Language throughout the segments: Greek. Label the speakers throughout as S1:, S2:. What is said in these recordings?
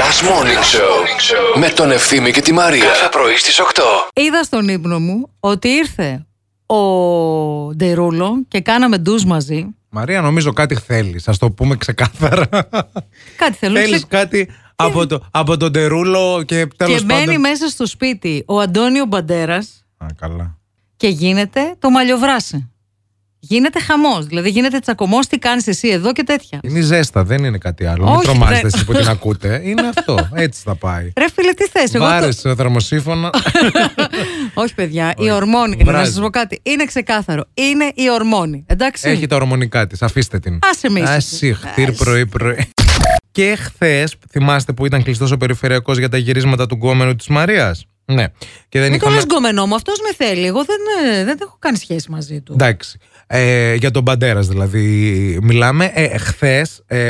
S1: Last Morning Show με τον Ευθύμη και τη Μαρία. Κάθε πρωί στις 8.
S2: Είδα στον ύπνο μου ότι ήρθε ο Ντερούλο και κάναμε ντουζ μαζί.
S3: Μαρία, νομίζω κάτι θέλεις. Ας το πούμε ξεκάθαρα.
S2: Κάτι θέλω.
S3: θέλεις
S2: Ξε-
S3: κάτι από, το, από τον Τερούλο και τέλος
S2: Και
S3: πάντων.
S2: μπαίνει μέσα στο σπίτι ο Αντώνιο Μπαντέρας
S3: Α, καλά.
S2: και γίνεται το μαλλιοβράσι. Γίνεται χαμός. Δηλαδή γίνεται τσακωμός, τι κάνεις εσύ εδώ και τέτοια.
S3: Είναι ζέστα, δεν είναι κάτι άλλο.
S2: Όχι,
S3: Μην τρομάζετε
S2: δεν-
S3: εσείς που την ακούτε. Είναι αυτό. Έτσι θα πάει.
S2: Ρε φίλε, τι θες. Εγώ το-
S3: Βάρεσε το θερμοσύφωνα.
S2: Όχι, παιδιά, η
S3: Όχι.
S2: ορμόνη. είναι, Να
S3: Βράζει.
S2: σας πω κάτι. Είναι ξεκάθαρο. Είναι η ορμόνη. Εντάξει.
S3: Έχει τα ορμονικά της. Αφήστε την.
S2: Άσε με ήσυχη.
S3: Άση, χτύρ πρωί-πρωί. Και χθες, θυμάστε που ήταν κλειστός ο περιφερειακός για τα γυρίσματα του γκόμενου της Μαρίας. Ναι. Και
S2: Μην
S3: δεν
S2: το
S3: είχαμε.
S2: λες γκομενό μου, αυτός με θέλει. Εγώ δεν, ε, δεν έχω κάνει σχέση μαζί του.
S3: Εντάξει. Ε, για τον Παντέρας δηλαδή μιλάμε. Ε, Χθες,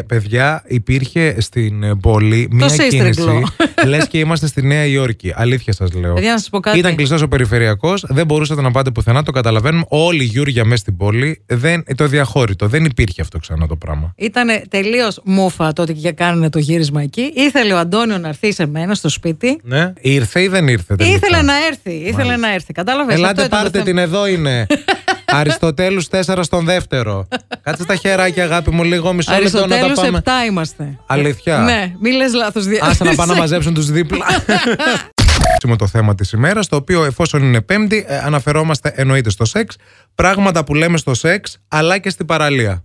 S3: παιδιά, υπήρχε στην ε, πόλη μία κίνηση.
S2: σύστριγγλο.
S3: Λες και είμαστε στη Νέα Υόρκη. Αλήθεια σας λέω.
S2: Παιδιά, να σας πω κάτι.
S3: Ήταν κλειστός ο περιφερειακός, δεν μπορούσατε να πάτε πουθενά, το καταλαβαίνουμε. Όλοι γιούρια μέσα στην πόλη. Δεν, το διαχώρητο. Δεν υπήρχε αυτό ξανά το πράγμα.
S2: Ήταν τελείως μούφα τότε και κάνουν το γύρισμα εκεί. Ήθελε ο Αντώνιο να έρθει σε μένα στο σπίτι.
S3: Ναι. Ήρθε ή δεν ήρθε. Τελικά.
S2: Ήθελε να έρθει. Ήθελε να έρθει. Κατάλαβες.
S3: Ελάτε, πάρτε την, εδώ είναι. Αριστοτέλους 4 στον δεύτερο. Κάτσε τα χεράκια, αγάπη μου, λίγο μισό λεπτό να τα
S2: Αριστοτέλους 7
S3: πάμε.
S2: είμαστε.
S3: Αλήθεια.
S2: Ναι, μη λες λάθος.
S3: Άσε να πάνε να μαζέψουν τους δίπλα. με το θέμα της ημέρας, το οποίο εφόσον είναι πέμπτη, ε, αναφερόμαστε εννοείται στο σεξ, πράγματα που λέμε στο σεξ, αλλά και στην παραλία.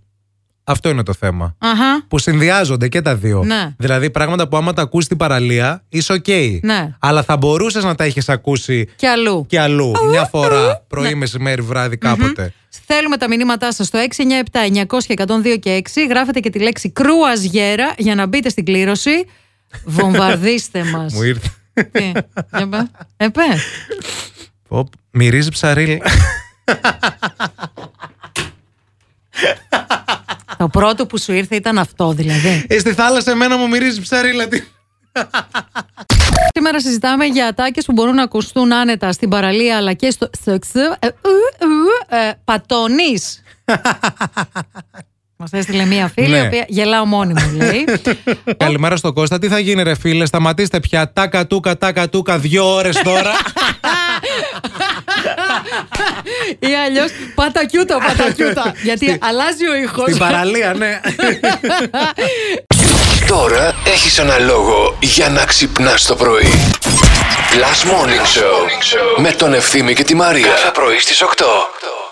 S3: Αυτό είναι το θέμα.
S2: Αχα.
S3: Που συνδυάζονται και τα δύο.
S2: Ναι.
S3: Δηλαδή, πράγματα που άμα τα ακούσει στην παραλία, είσαι οκ.
S2: Ναι.
S3: Αλλά θα μπορούσες να τα έχεις ακούσει
S2: Και αλλού.
S3: και αλλού. Μια
S2: ναι.
S3: φορά, πρωί, μεσημέρι, βράδυ, κάποτε.
S2: Θέλουμε τα μηνύματά σας στο 697-900-102 και 6. Γράφετε και τη λέξη κρουαζιέρα για να μπείτε στην κλήρωση. Βομβαρδίστε μας.
S3: Μου ήρθε.
S2: Τι, για πε. Ε, πες.
S3: Οπ, μυρίζει ψαρίλα.
S2: Το πρώτο που σου ήρθε ήταν αυτό δηλαδή.
S3: Ε, Στη θάλασσα, εμένα μου μυρίζει ψαρίλα. Τι-
S2: Σήμερα συζητάμε για ατάκες που μπορούν να ακουστούν άνετα στην παραλία αλλά και στο. ε, Πατώνεις. Μας έστειλε μία φίλη, η
S3: Ναι.
S2: οποία γελάω μόνη μου, λέει.
S3: Καλημέρα στον Κώστα. Τι θα γίνει, ρε φίλε, σταματήστε πια. Τάκα τούκα, τάκα τούκα, δύο ώρες τώρα.
S2: Ή αλλιώς πατακιούτα, πατακιούτα. Γιατί αλλάζει ο ήχος.
S3: Στην παραλία, ναι.
S1: Τώρα έχεις ένα λόγο για να ξυπνάς το πρωί. Last Morning Show με τον Ευθύμη και τη Μαρία. Κάθε πρωί στις 8.